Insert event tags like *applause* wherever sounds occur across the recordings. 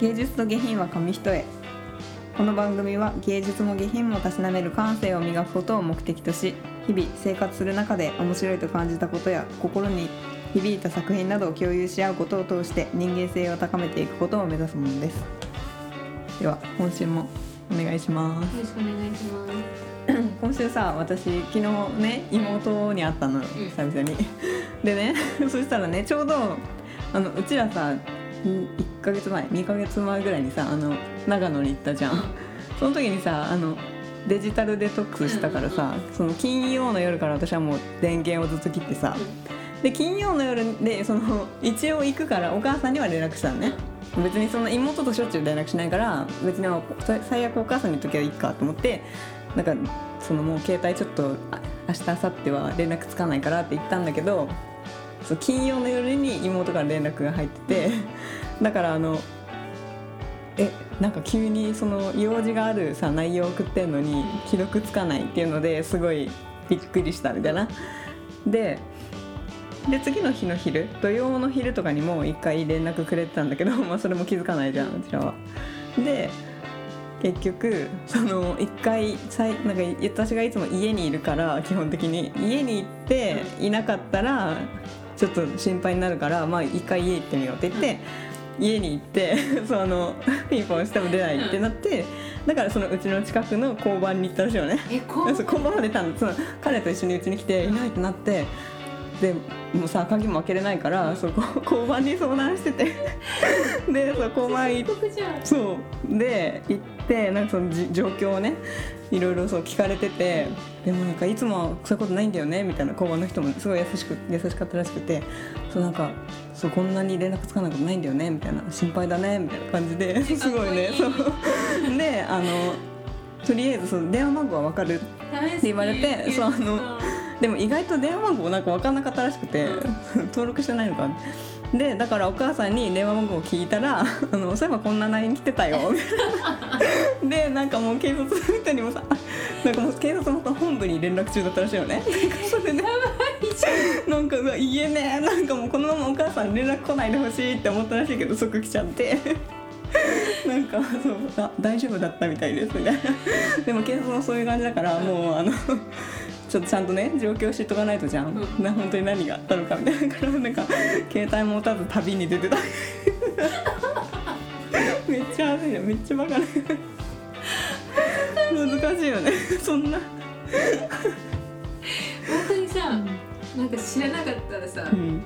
芸術と下品は紙一重この番組は芸術も下品もたしなめる感性を磨くことを目的とし日々生活する中で面白いと感じたことや心に響いた作品などを共有し合うことを通して人間性を高めていくことを目指すものですでは今週もお願いしますよろしくお願いします。今週さ私昨日ね妹に会ったのよん久々に *laughs* でねそしたらねちょうどあのうちらさ1ヶ月前2ヶ月前ぐらいにさあの長野に行ったじゃんその時にさあのデジタルデトックスしたからさその金曜の夜から私はもう電源をずっと切ってさで金曜の夜でその一応行くからお母さんには連絡したのね別にその妹としょっちゅう連絡しないから別に最悪お母さんの時はいいかと思ってなんかそのもう携帯ちょっとあ明日明後日は連絡つかないからって言ったんだけどそう金曜の夜に妹から連絡が入ってて *laughs* だからあのえなんか急にその用事があるさ内容を送ってんのに既読つかないっていうのですごいびっくりしたみたいな。でで次の日の昼土曜の昼とかにも一回連絡くれてたんだけど、 *laughs* まあ、それも気づかないじゃんうちらは。で結局その一回さいなんかい私がいつも家にいるから基本的に家に行っていなかったらちょっと心配になるからまあ一回家行ってみようって言って、家に行って *laughs* そのピンポンしても出ないってなってだからそのうちの近くの交番に行ったらしいよね。え、こそうう。交番までたのその彼と一緒にうちに来ていないってなってでもうさ鍵も開けれないからそうこ交番に相談してて *laughs* でそう交番行っ僕じゃん。そうで行ってなんかそのじ状況をねいろいろそう聞かれててでもなんかいつもそういうことないんだよねみたいな交番の人もすごい優しく優しかったらしくてそうなんかそうこんなに連絡つかないことないんだよねみたいな心配だねみたいな感じですごいねかそっこうであのとりあえずその電話番号は分かるダメっすねって言われてそうあのでも意外と電話番号なんか分かんなかったらしくて *laughs* 登録してないのかでだからお母さんに電話番号を聞いたら *laughs* 「あのそういえばこんな LINE 来てたよ」 *laughs* でなんかもう警察の人にもさなんかもう警察の本部に連絡中だったらしいよねなんかそれでなんかうわ言えねえなんかもうこのままお母さん連絡来ないでほしいって思ったらしいけど即来ちゃ *laughs* ってなんかそうあ大丈夫だったみたいですみたいなでも警察もそういう感じだからもうあのちょっとちゃんとね状況を知っとかないとじゃん、うんな本当に何があったのかみたいなだからなんか携帯持たず旅に出 *laughs* てためっちゃ焦るめっちゃバカね難しいよねそんな本当にさ、なんか知らなかったらさう、ん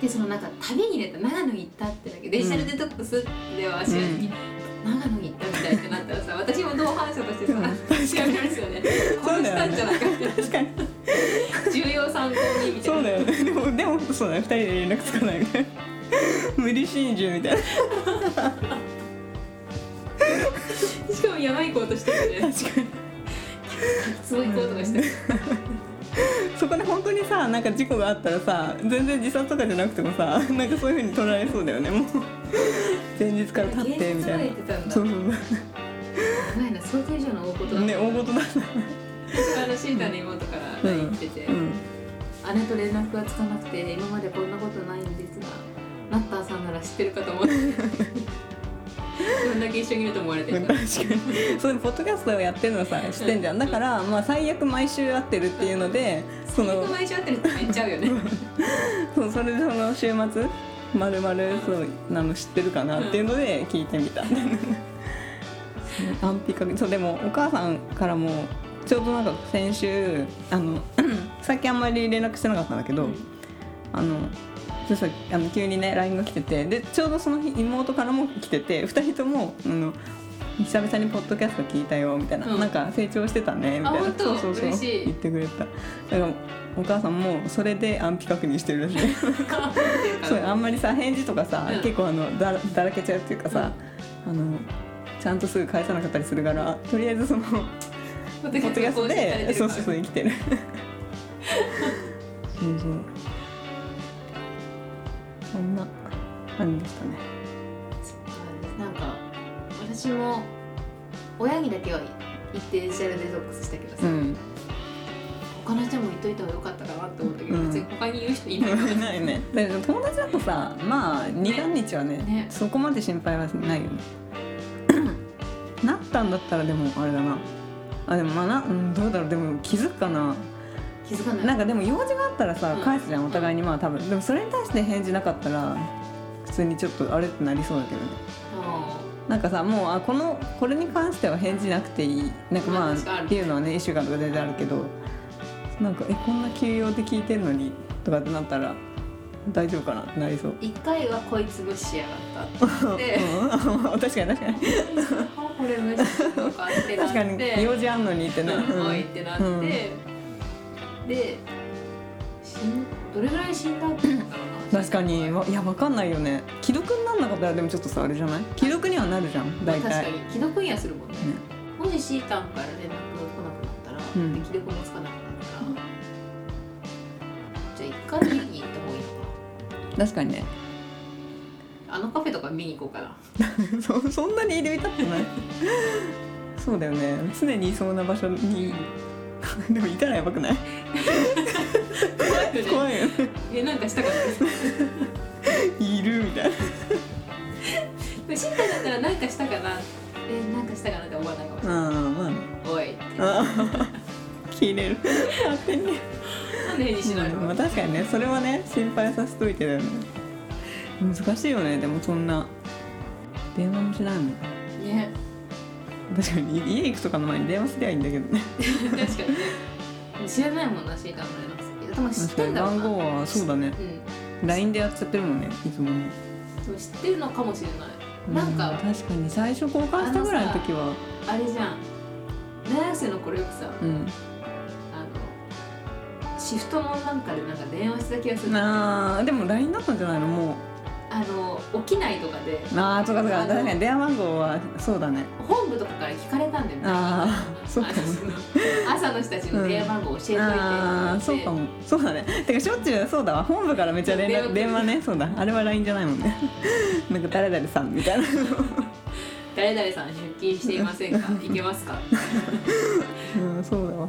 でそのなんか旅に出た長野行ったってだけデジタルデトックスでは知らずに、長野行ったみたいってなったらさ、私も同伴者としてさ、うん調べますよね。こそうのしだたよねんじゃないかみたい確かにな重要参考にみたいな。そうだよねでもでもそうだね2人で連絡つかないみたいな無理心中みたいなしかもやばいことしてるよね。確かにすごいことがしてる。そこで本当にさなんか事故があったらさ全然自殺とかじゃなくてもさなんかそういうふうに捉えそうだよねもう前日から経ってみたい現実捉えてたんなだそうそうやばいな、想定以上の大事そだ。うね大事だな私あのシータの妹から LINE 来てて。うん姉と連絡がつかなくて今までこんなことないんですがナッターさんなら知ってるかと思ってどんだけ一緒にいると思われてる確かかにそうポッドキャストをやってるのさしてんじゃんだからまあ最悪毎週会ってるっていうのでその毎週会ってるって言っちゃうよねそうそれでその週末まるまるそうなの知ってるかなっていうので聞いてみた安否確認そうでもお母さんからもちょうどなんか先週あの *clears throat* さっきあんまり連絡してなかったんだけど、うんあのそうそうあの急にね LINE が来ててでちょうどその日妹からも来てて2人ともあの久々にポッドキャスト聞いたよみたいな、うんなんか成長してたねみたいなあ本当そうそうそう嬉しい言ってくれただからお母さんもそれで安否確認してるらしい *laughs* そうあんまりさ返事とかさ、うん結構あのだらだらけちゃうっていうかさ、あのちゃんとすぐ返さなかったりするからとりあえずそのポポッッドキャストでそうそうそうう生き *laughs* てるそうそうそんな感じでしたねなんか私も親にだけは一定デジタルデトックスしたけどうさ、んお他の人も言っといた方が良かったかなって思ったけど、うん別に他に言う人いないからないねだけど友達だとさまあ23日はねねそこまで心配はないよ *coughs* ねなったんだったらでもあれだなあでもまあな、うん、どうだろうでも気づくかな気づかないなんかでも用事があったらさうん返すじゃんお互いにまあ多分でもそれに対して返事なかったら普通にちょっとあれってなりそうだけどねあなんかさもうあこのこれに関しては返事なくていいなんかままあ確かにああるっていうのはね1週間とか全然あるけどなんかえこんな休養で聞いてるのにとかってなったら大丈夫かなってなりそう *laughs* ー一回はこいつ無視しやがったって思ってうん確かに確かにあこれ無視するのかってなっ確かにて用事あんのにってね、うんおういっんてなって、でしんどれぐらい死んだって言ったのかな確かにわいやわかんないよね既読になんなかったらでもちょっとさあれじゃない既読にはなるじゃんまあ大確か体、に既読にはするもんねねもしシータンから連絡が来なくなったら、んで既読もつかなくなるからじゃあ一回見に行った方がいいのか確かにね *laughs* なあのカフェとか見に行こうかなそそんなに入り浸ってないそうだよね常にいそうな場所に *laughs* でもいたらやばくない怖いよね怖いよねえなんかしたかったですいるみたいなでもシータンだったらなんかしたかなえなんかしたかなって思わないかもしれない、うんまあねおいって切 *laughs* れる勝手になんで返事しないの、まあ確かにねそれはね心配させといてだよね難しいよねでもそんな電話もしないもんね確かに家行くとかの前に電話すりゃいいんだけどね確かに知らないもんなシータンの連絡先多分知ってんだろう番な号はそうだねうん LINE でやっちゃってるもんねいつもねでも知ってるのかもしれないなんか、う確かに最初交換したぐらいの時はあれじゃん大学生の頃よくさうんあのシフトのなんかでなんか電話してた気がするなあでも LINE だったんじゃないのもあの起きないとかでうああそうかそうあかの確かに電話番号はそうだね本部とかから聞かれたんだよねあーそうかもあのの朝の人たちの電話番号教えといてってああそうかもそうだねてかしょっちゅうそうだわ本部からめっちゃ連絡電電話話ねそうだあれは LINE じゃないもんね *laughs* なんか誰々さんみたいな誰々さん出勤していませんか行けますか *laughs* うんそうだわ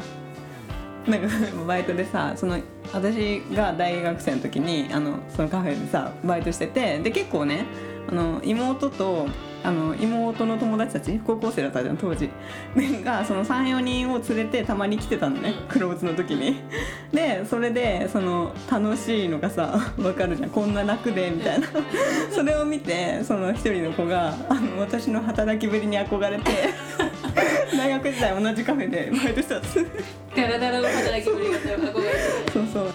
なんか *laughs* バイトでさその私が大学生の時にあのそのカフェでさバイトしててで結構ねあの妹とあの妹の友達たち高校生だったじゃん当時 *laughs* でがその34人を連れてたまに来てたのねうんクローズの時にでそれでその楽しいのがさ *laughs* わかるじゃんこんな楽でみたい *laughs* なそれを見てその一人の子があの私の働きぶりに憧れ *laughs* て大学時代同じカフェでバイトしたんですダラダラの働きぶりが憧れそうそう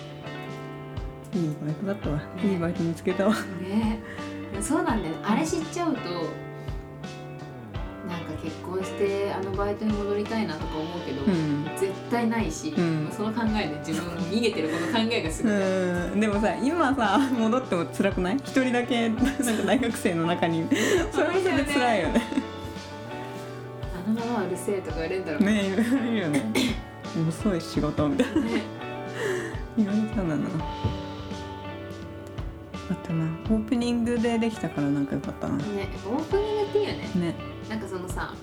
いいバイトだったわいいバイト見つけたわてねそうなんだよあれ知っちゃうとなんか結婚してあのバイトに戻りたいなとか思うけど、うん絶対ないし、うんその考えで自分も逃げてるこの考えがすごい、うんでもさ今さ戻っても辛くない一人だけなんか大学生の中にそれもそれで辛いよねあのままうるせえとか言われるんだろうねねえ言われるよね遅い仕事みたいな言われたんだなあとなオープニングでできたからなんかよかったなねオープニングっていいよねねなんかそのさなんだろ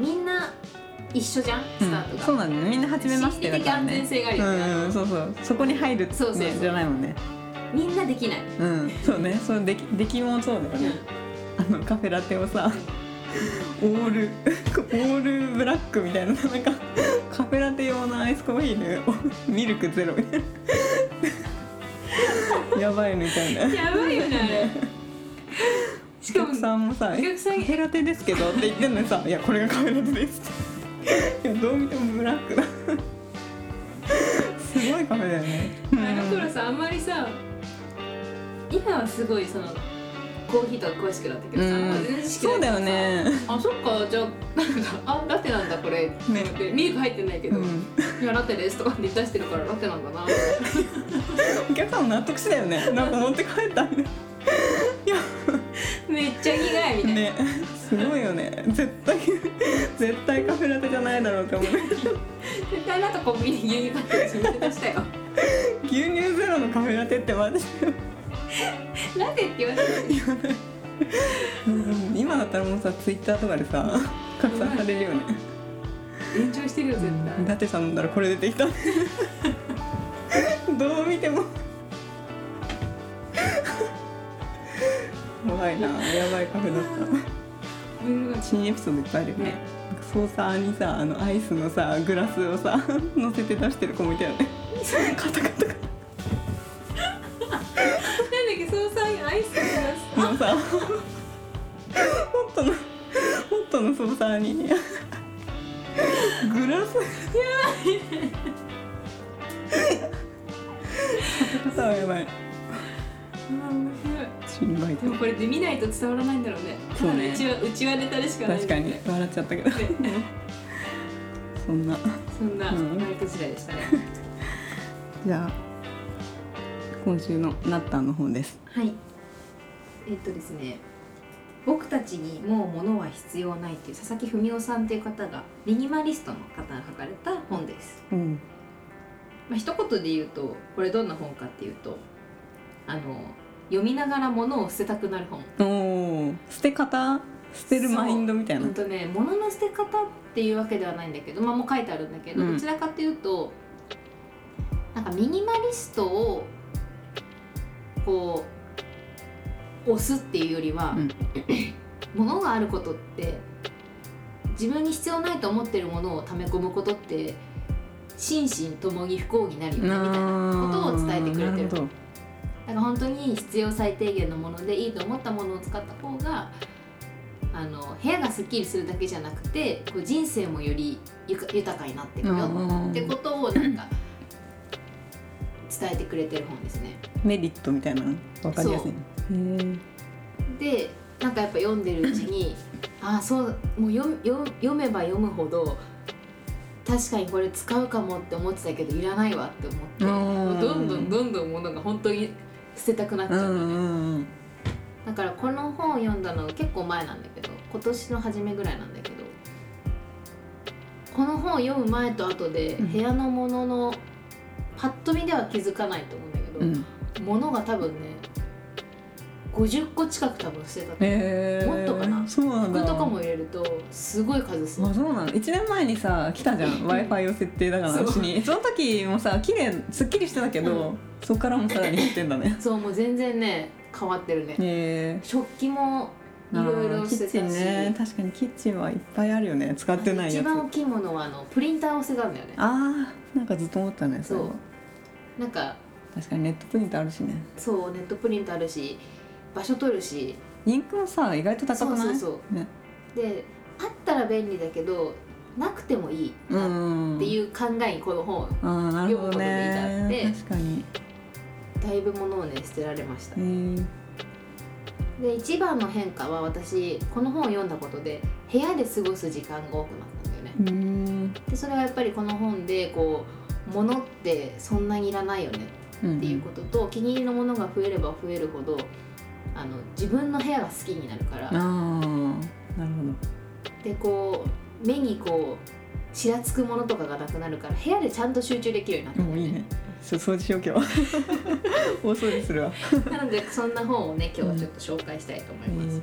うみんな一緒じゃんスターうんそトが、うなんだよねみんな初めましてだか心理的ら安全ね性があるうよね、んうんそうそうそこに入るねそうそうそうじゃないもんねみんなできない、うんうんそうねそうでき出来もそうだよねあのカフェラテをさオールオールブラックみたいななんかカフェラテ用のアイスコーヒーでおミルクゼロみたいなやばいみたいなやばいよねあれ *laughs* しおかも客さんもさ「おえ客さんカフェラテですけど」って言ってんのにさ「いやこれがカフェラテです」っていやどう見てもブラックだすごいカフェだよねあの頃さあんまりさ今はすごいそのコーヒーとか詳しくなったけどさ、うんまあ全然知識そうなだいよねあそっかじゃあなんか *laughs* あラテなんだこれ、ねでミルク入ってないけうど、んいやラテですとかって出してるからラテな *laughs* んだなお客さんも納得したよねなんか持って帰ったみたいなめっちゃ苦いみたいな、ねすごいよね絶対絶対カフェラテじゃないだろうって思う絶対なんかコンビニで牛乳買って自分で出 *laughs* したよ牛乳ゼロのカフェラテってマジでラテって言われてるうん今だったらもうさツイッターとかでさ拡散されるよね延長してるよ絶対舘さん飲んだらこれ出てきたどう見ても怖いなやばいカフェだったブルーがち新エピソードいっぱいあるよねねなんかソーサーにさあのアイスのさグラスをさ乗せて出してる子もいたよねカタカタカなんだっけ捜査員アイスグラスタのさホットのホットのソーサーにグラスやばいカタカタはやばいあー面白い新バイトでもこれで見ないと伝わらないんだろうねたそうだのねうちわうちわネタでしかない確かに笑っちゃったけどねそんなそんなうんバイト時代でしたねじゃあ今週のナッターの方です *laughs* はい。えっとですね。僕たちにもう物は必要ないっていう佐々木文夫さんっていう方がミニマリストの方が書かれた本です。うんまあ一言で言うとこれどんな本かっていうと、あの読みながら物を捨てたくなる本。おー捨て方捨てるマインドみたいなうんとね物の捨て方っていうわけではないんだけど、まあもう書いてあるんだけど、うんどちらかっていうとなんかミニマリストをこう押すっていうよりは、うん物があることって自分に必要ないと思ってるものを溜め込むことって心身ともに不幸になるよねみたいな。ことを伝えてくれてるあーなほどだから本当に必要最低限のものでいいと思ったものを使った方があの部屋がすっきりするだけじゃなくてこう人生もよりゆか豊かになっていくようんってことをなんか伝えてくれてる本ですね。メリットみたいなのわかりやすいねへーでなんかやっぱ読んでるうちにああそうもう読読読めば読むほど確かにこれ使うかもって思ってたけどいらないわって思ってうんどんどんどんどん物が本当に捨てたくなっちうゃうんのね。うんうんだからこの本を読んだの結構前なんだけど今年の初めぐらいなんだけどこの本を読む前と後でうん部屋のもののパッと見では気づかないと思うんだけうど、ん物が多分ね50個近く多分捨てたと思うへーもっとかなそうなんだ服とかも入れるとすごい数すあそうなの1年前にさ来たじゃん w i f i を設定だからそう私にその時もさ綺麗すっきりしてたけど、うそこからもさらに減ってんだ *laughs* ねそうもう全然ね変わってるね、へえ食器もいろいろキ捨てッチたンし、ね確かにキッチンはいっぱいあるよね使ってない一やつ番大きいものはあのプリンターを捨てたんだよねあーなんかずっと思ったねれはそうなんか確かにネットプリントあるしねそうネットプリントあるし場所取るしインクもさ意外と高くないそうそうね、そうであったら便利だけどなくてもいいなっんていうう考えにこの本あーなるほど読むことでいいねなって確かに、だいぶものをね捨てられましたえー、で一番の変化は私この本を読んだことで部屋で過ごす時間が多くなったんだよねうーんでそれはやっぱりこの本でこう物ってそんなにいらないよねっっていうことと、お気に入りのものが増えれば増えるほどあの自分の部屋が好きになるから、ああなるほどでこう目にこうちらつくものとかがなくなるから部屋でちゃんと集中できるようになったんもだうよいいねね。ちょっと掃除しよう今 *laughs* 日。大掃除するわ。なのでそんな本をね今日はちょっと紹介したいと思います、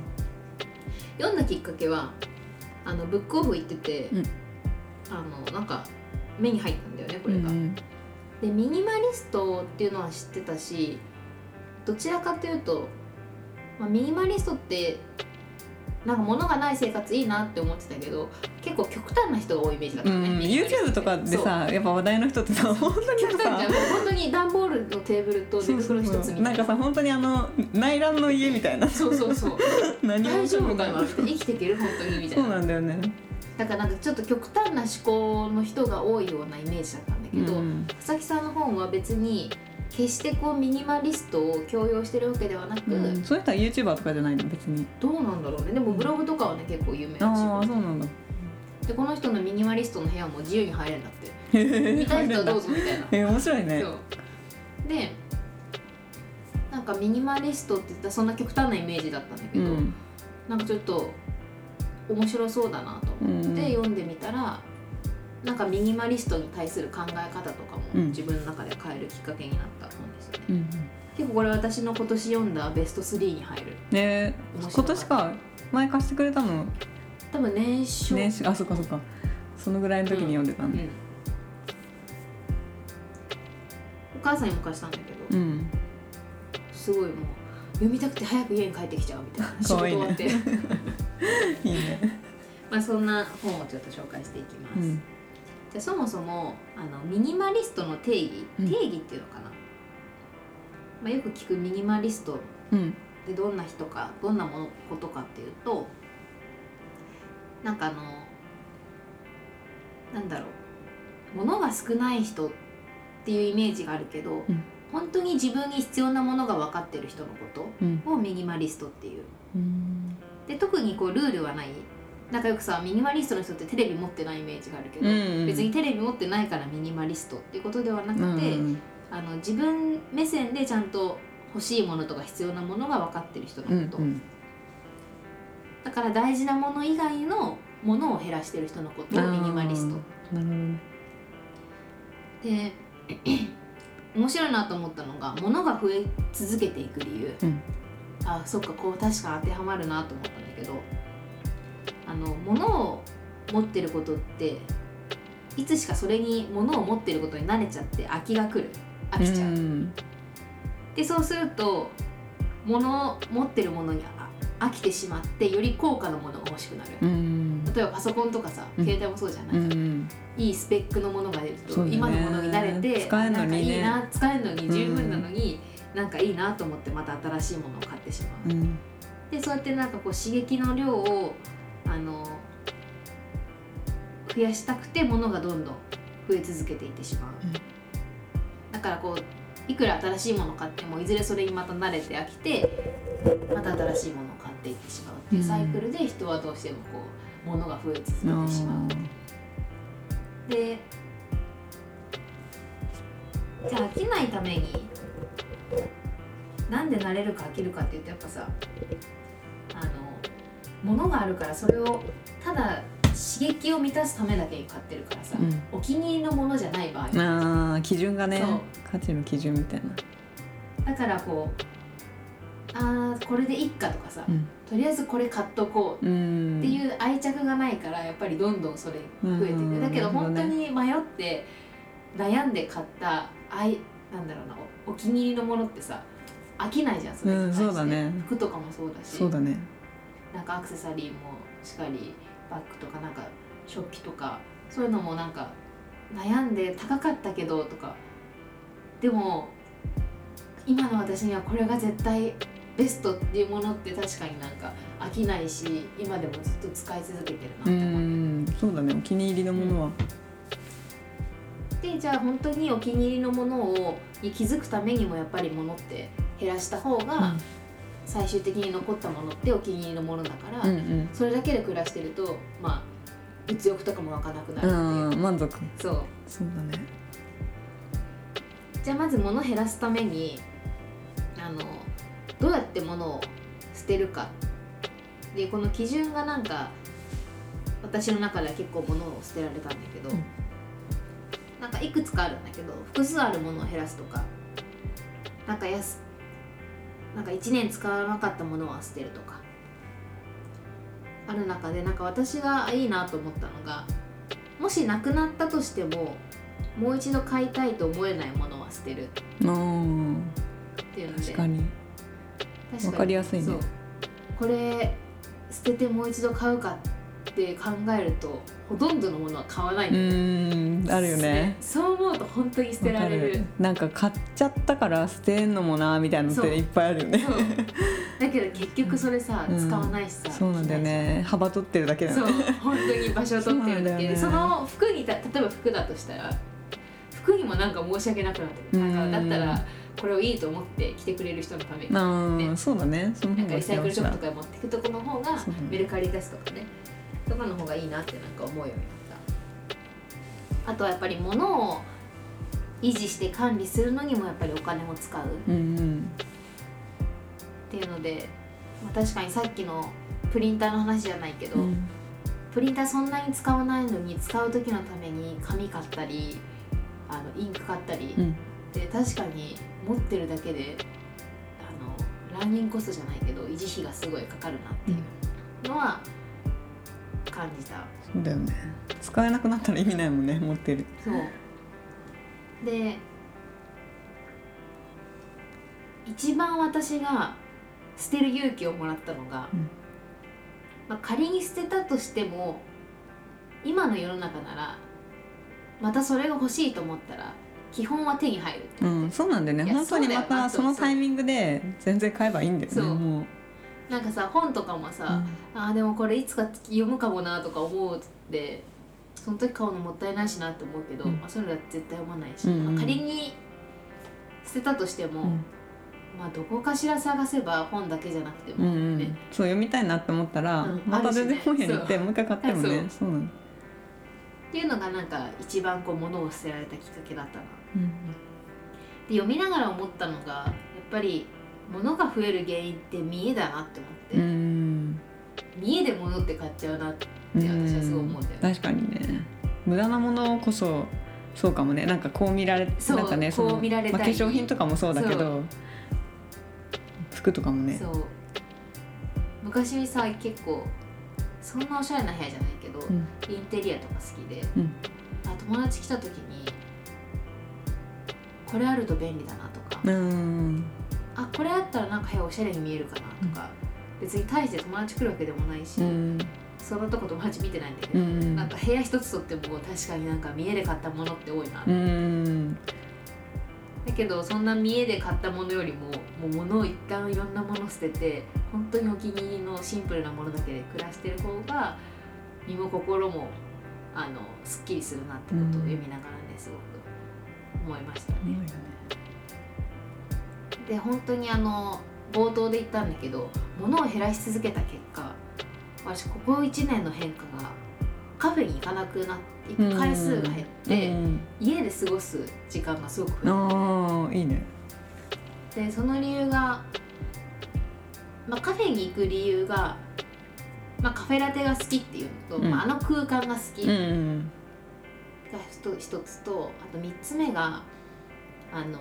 読んだきっかけはあのブックオフ行ってて、うんあのなんか目に入ったんだよねこうれが、んでミニマリストっていうのは知ってたしどちらかというと、まあ、ミニマリストってなんか物がない生活いいなって思ってたけど結構極端な人が多いイメージだっうたね、ん、ミニマリストっ YouTube てとかでそうさやっぱ話題の人ってさ本当 *laughs* に極端じゃさんもう本当に段ボールのテーブルと寝袋一つみたないんなかさ本当にあの内覧の家みたいなそうそうそう何も大丈夫かなみたいな生きていける本当にみたいそうななんだよねだからなんかちょっと極端な思考の人が多いようなイメージだったんだけど、うん佐々木さんの本は別に決してこうミニマリストを強要してるわけではなく、うんそういう人は YouTuber とかじゃないの別にどうなんだろうねでもブログとかはね結構有名あだあそうなんだしでこの人のミニマリストの部屋も自由に入れんだってへえ見たい人はどうぞぞみたいなえ *laughs* 面白いねそうでなんかミニマリストって言ったらそんな極端なイメージだったんだけうど、んなんかちょっと面白そうだなと思ってうん読んでみたら、なんかミニマリストに対する考え方とかもうん自分の中で変えるきっかけになった本ですね、うん結構これ私の今年読んだベスト3に入るね今面白かった年か前貸してくれたの多分年初年始あそっかそっかそのぐらいの時に読んでたうんだんお母さんにも貸したんだけど、うん、すごいもう読みたくて早く家に帰ってきちゃうみたいな仕か事わいい終わねっていいね、まあそんな本をちょっと紹介していきます、うん、じゃあそもそもあのミニマリストの定義、うん定義っていうのかな、まあ、よく聞くミニマリストうんでどんな人かどんなものことかっていうとなんかあのなんだろう物が少ない人っていうイメージがあるけど、うん本当に自分に必要なものが分かってる人のこうんとをミニマリストっていううんで特にこうルールはないなんかよくさミニマリストの人ってテレビ持ってないイメージがあるけど、うん別にテレビ持ってないからミニマリストっていうことではなくて、うんあの自分目線でちゃんと欲しいものとか必要なものが分かってる人のうこと、んだから大事なもの以外のものを減らしてる人のことをミニマリストうん、なるほどねで *clears throat* 面白いなと思ったのが物が増え続けていく理由、うんあそっかこう確か当てはまるなと思ったんだけどあの物を持ってることっていつしかそれに物を持ってることに慣れちゃって飽きが来る飽きちゃう、んでそうすると物を持ってるものにあ飽きてしまってより高価なものが欲しくなる、うん例えばパソコンとかさうん携帯もそうじゃない、うんいいスペックのものが出るそと、うだね今のものに慣れて使えるのにねなんかいいな使えるのに十分なのに、なんかいいなと思ってまた新しいものを買ってしまう、うんでそうやってなんかこう刺激の量をあの増やしたくて物がどんどん増え続けていってしまう、うんだからこういくら新しいものを買ってもいずれそれにまた慣れて飽きてまた新しいものを買っていってしまうっていうサイクルで人はどうしてもこう物が増え続けてしまう、でじゃあ飽きないためになんで慣れるか飽きるかっていうとやっぱさあの物があるからそれをただ刺激を満たすためだけに買ってるからさ、うんお気に入りのものじゃない場合あー基準がねそう価値の基準みたいなだからこうあーこれでいっかとかさ、うんとりあえずこれ買っとこううんっていう愛着がないからやっぱりどんどんそれ増えていく、うんだけどなるほど本ね当に迷って悩んで買った愛なんだろうなおお気に入りのものってさ飽きないじゃんそれに対して、うんそうだね服とかもそうだしそうだねなんかアクセサリーもしっかりバッグとかなんか食器とかそういうのもなんか悩んで高かったけどとかでも今の私にはこれが絶対ベストっていうものって確かになんか飽きないし今でもずっと使い続けてるなってう思ってんそうだねお気に入りのものはでじゃあ本当にお気に入りのものをに気づくためにもやっぱり物って減らした方が最終的に残ったものってお気に入りのものだから、うんうんそれだけで暮らしてるとまあ物欲とかも湧かなくなるっていう、うん満足そうそうだねじゃあまず物減らすためにあのどうやって物を捨てるかでこの基準がなんか私の中では結構物を捨てられたんだけど、うんなんかいくつかあるんだけど複数あるものを減らすとかなんか安なんか1年使わなかったものは捨てるとかある中でなんか私がいいなと思ったのがもしなくなったとしてももう一度買いたいと思えないものは捨てるっあーていうので確かに確わにかりやすいねそうこれ捨ててもう一度買うかって考えるとほとんどのものは買わない、うんあるよねそう思うと本当に捨てられるわかなんか買っちゃったから捨てんのもなみたいなのっそうていっぱいあるよねそうだけど結局それさ、うん使わないしさそうなんだよね幅取ってるだけだそようね本当に場所を取ってるだけでそそうなんだよねの服にた例えば服だとしたら服にもなんか申し訳なくなってくるなんかうんだったらこれをいいと思って着てくれる人のためになうんそうだねそのん方かがリサイク幸ルシせョッだプとかに持ってくとこの方がそうだねメルカリですとかねとかの方がいいなってなんか思うようになったあとはやっぱり物を維持して管理するのにもやっぱりお金を使ううんっていうので、まあ、確かにさっきのプリンターの話じゃないけど、うんうんプリンターそんなに使わないのに使う時のために紙買ったりあのインク買ったり、うんで確かに持ってるだけであのランニングコストじゃないけど維持費がすごいかかるなっていうのは感じたそうだよね使えなくなったら意味ないもんね持ってるそうで一番私が捨てる勇気をもらったのが、うんまあ、仮に捨てたとしても今の世の中ならまたそれが欲しいと思ったら基本は手に入るうんそうなんだよねいや本当にまたそそうだよなのタイミングで全然買えばいいんだよねそうもうなんかさ本とかもさ、あーでもこれいつか読むかもなとか思うってその時買うのもったいないしなって思うけど、うんまあ、それは絶対読まないし、うんうんまあ仮に捨てたとしても、うんまあ、どこかしら探せば本だけじゃなくてうも、んうんねそう読みたいなって思ったら、うんまた全然あるしね本屋に行ってもう一回買ってもそねうそうなんだ、っていうのがなんか一番こう物を捨てられたきっかけだったなうんで読みながら思ったのがやっぱり物が増える原因って見栄だなってう思って、ん見栄で物って買っちゃうなってうん私はすごい思うんだよね確かにね無駄なものこそそうかもねなんかこう見られそうなんかねこう見られたいまあ、化粧品とかもそうだけど服とかもねそう昔さ結構そんなおしゃれな部屋じゃないけど、んインテリアとか好きで、うんあ友達来た時にこれあると便利だなとか、うんあこれあったらなんか部屋おしゃれに見えるかなとか、別に大して友達来るわけでもないし、うんそんなとこ友達見てないんだけうど、んなんか部屋一つとっても確かになんか見栄で買ったものって多いな、うんだけどそんな見栄で買ったものよりももう物を一旦いろんなもの捨てて本当にお気に入りのシンプルなものだけで暮らしてる方が身も心もあのすっきりするなってことを読みながらねすごく思いましたね。で本当にあの冒頭で言ったんだけど物を減らし続けた結果私ここ1年の変化がカフェに行かなくなって行く回数が減って、うん家で過ごす時間がすごく増えたああいいねでその理由が、まあ、カフェに行く理由が、まあ、カフェラテが好きっていうのと、うんまあ、あの空間が好きうがん一つ一つとあと3つ目があの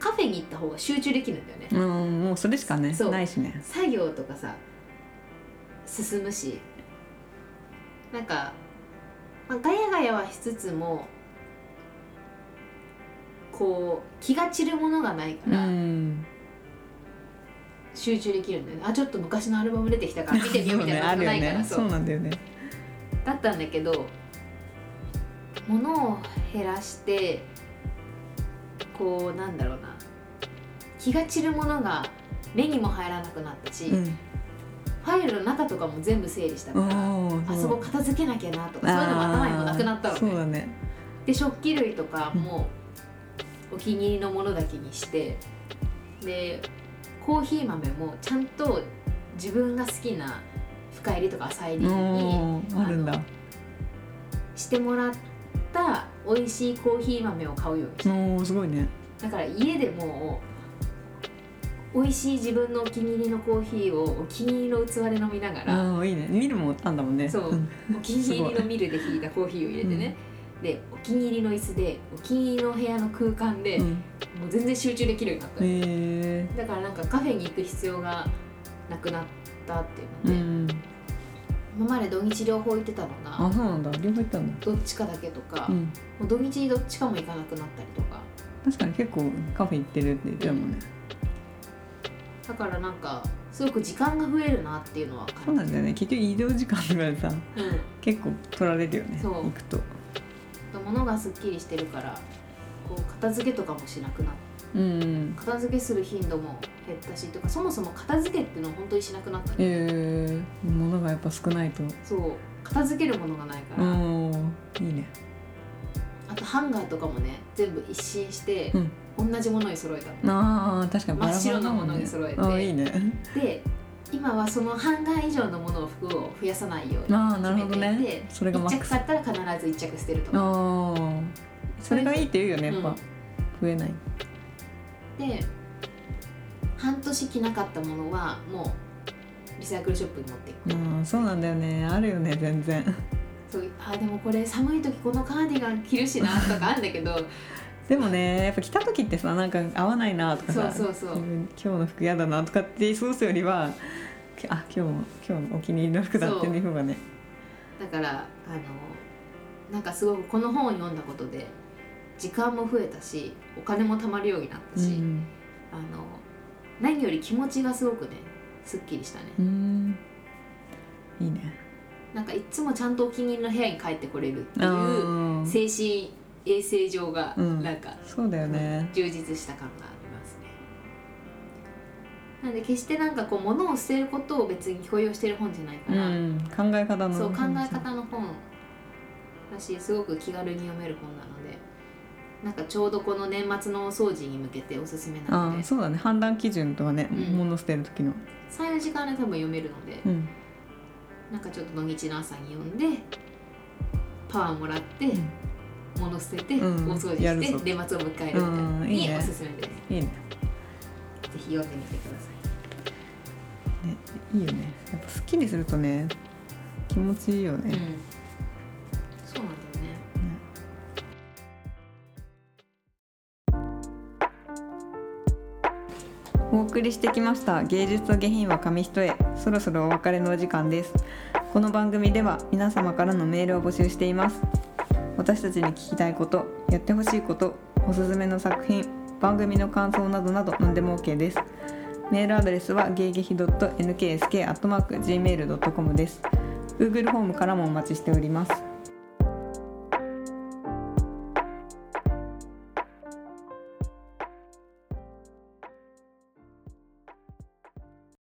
カフェに行った方が集中できるんだよねうんうんもうそれしかねそうないしね作業とかさ進むしなんか、まあ、ガヤガヤはしつつもこう気が散るものがないかうら、ん集中できるんだよねあちょっと昔のアルバム出てきたから見てみようみたいな *laughs* そうねあのがないるかよらねそうそうなんだよねだったんだけど物を減らしてこうなんだろうな気が散るものが目にも入らなくなったし、フんァイルの中とかも全部整理したから、ああそこ片付けなきゃなとかそういうのも頭にもなくなったのそうねだねで食器類とかもお気に入りのものだけにしてでコーヒー豆もちゃんと自分が好きな深入りとか浅入りにおーあるんだしてもらった美味しいコーヒー豆を買うようにしおーすごいねだから家でもう美味しい自分のお気に入りのコーヒーをお気に入りの器で飲みながらああいいね見るもあんだもんねそうお気に入りのミルで引いたコーヒーを入れてね、でお気に入りの椅子でお気に入りの部屋の空間で、うもんう全然集中できるようになった、へだからなんかカフェに行く必要がなくなったっていうえうので、ん今まで土日両方行ってたのがあそうなんだ両方行ったんだどっちかだけとか、うんもう土日にどっちかも行かなくなったりとか確かに結構カフェ行ってるって言ってたもんねだからなんかすごく時間が増えるなっていうのはそう感なじんだよね結局移動時間とかでさた、うん結構取られるよねそう行くと物がすっきりしてるからこう片付けとかもしなくなってうん片付けする頻度も減ったしとかそもそも片付けっていうのを本当にしなくなったねええ物がやっぱ少ないとそう片付けるものがないかうら、んいいねあとハンガーとかもね全部一新して、同じものに揃えたのああ確かにバラバラだもん真っ白なものねに揃えてああいいねで今はそのハンガー以上のものを服を増やさないようにああなるほど決めてねいてそれがマ1ッ着クス買ったら必ず1着捨てるとかああそれがいいって言うよねやっぱ、増えないで半年着なかったものはもうリサイクルショップに持っていくうんそうなんだよねあるよね全然そうあーでもこれ寒い時このカーディガン着るしなとかあるんだけど *laughs* でもねやっぱ来た時ってさなんか合わないなとかそうさそうそう自分今日の服嫌だなとかって過ごすよりはあ今日も今日のお気に入りの服だっていう方がねだからあのなんかすごくこの本を読んだことで時間も増えたしお金も貯まるようになったし、うんあの何より気持ちがすごくねすっきりしたね、うんいいねなんかいっつもちゃんとお気に入りの部屋に帰ってこれるってあいうー精神衛生上がうんなんか、そうだよね充実した感がありますねなので決してなんかこう物を捨てることを別に強要してる本じゃないかうら、ん考え方のそう考え方の本だしすごく気軽に読める本なのでなんかちょうどこの年末のお掃除に向けておすすめなあのーでそうだね判断基準とはね、うん物捨てる時の34時間で多分読めるのでうんなんかちょっと土日の朝に読んでパワーもらって、ん物捨てて、うん大掃除やるしてぞ年末を迎えるみたいなのうんいいにねおすすめです、いいねぜひ読んでみてくださいいいよねやっぱすっきりするとね気持ちいいようんね、そうなんだよねお送りしてきました芸術と下品は紙一重そろそろお別れのお時間ですこの番組では皆様からのメールを募集しています私たちに聞きたいことやってほしいことおすすめの作品番組の感想などなど何でも OK ですメールアドレスは芸劇 .nksk.gmail.com です Google フォームからもお待ちしております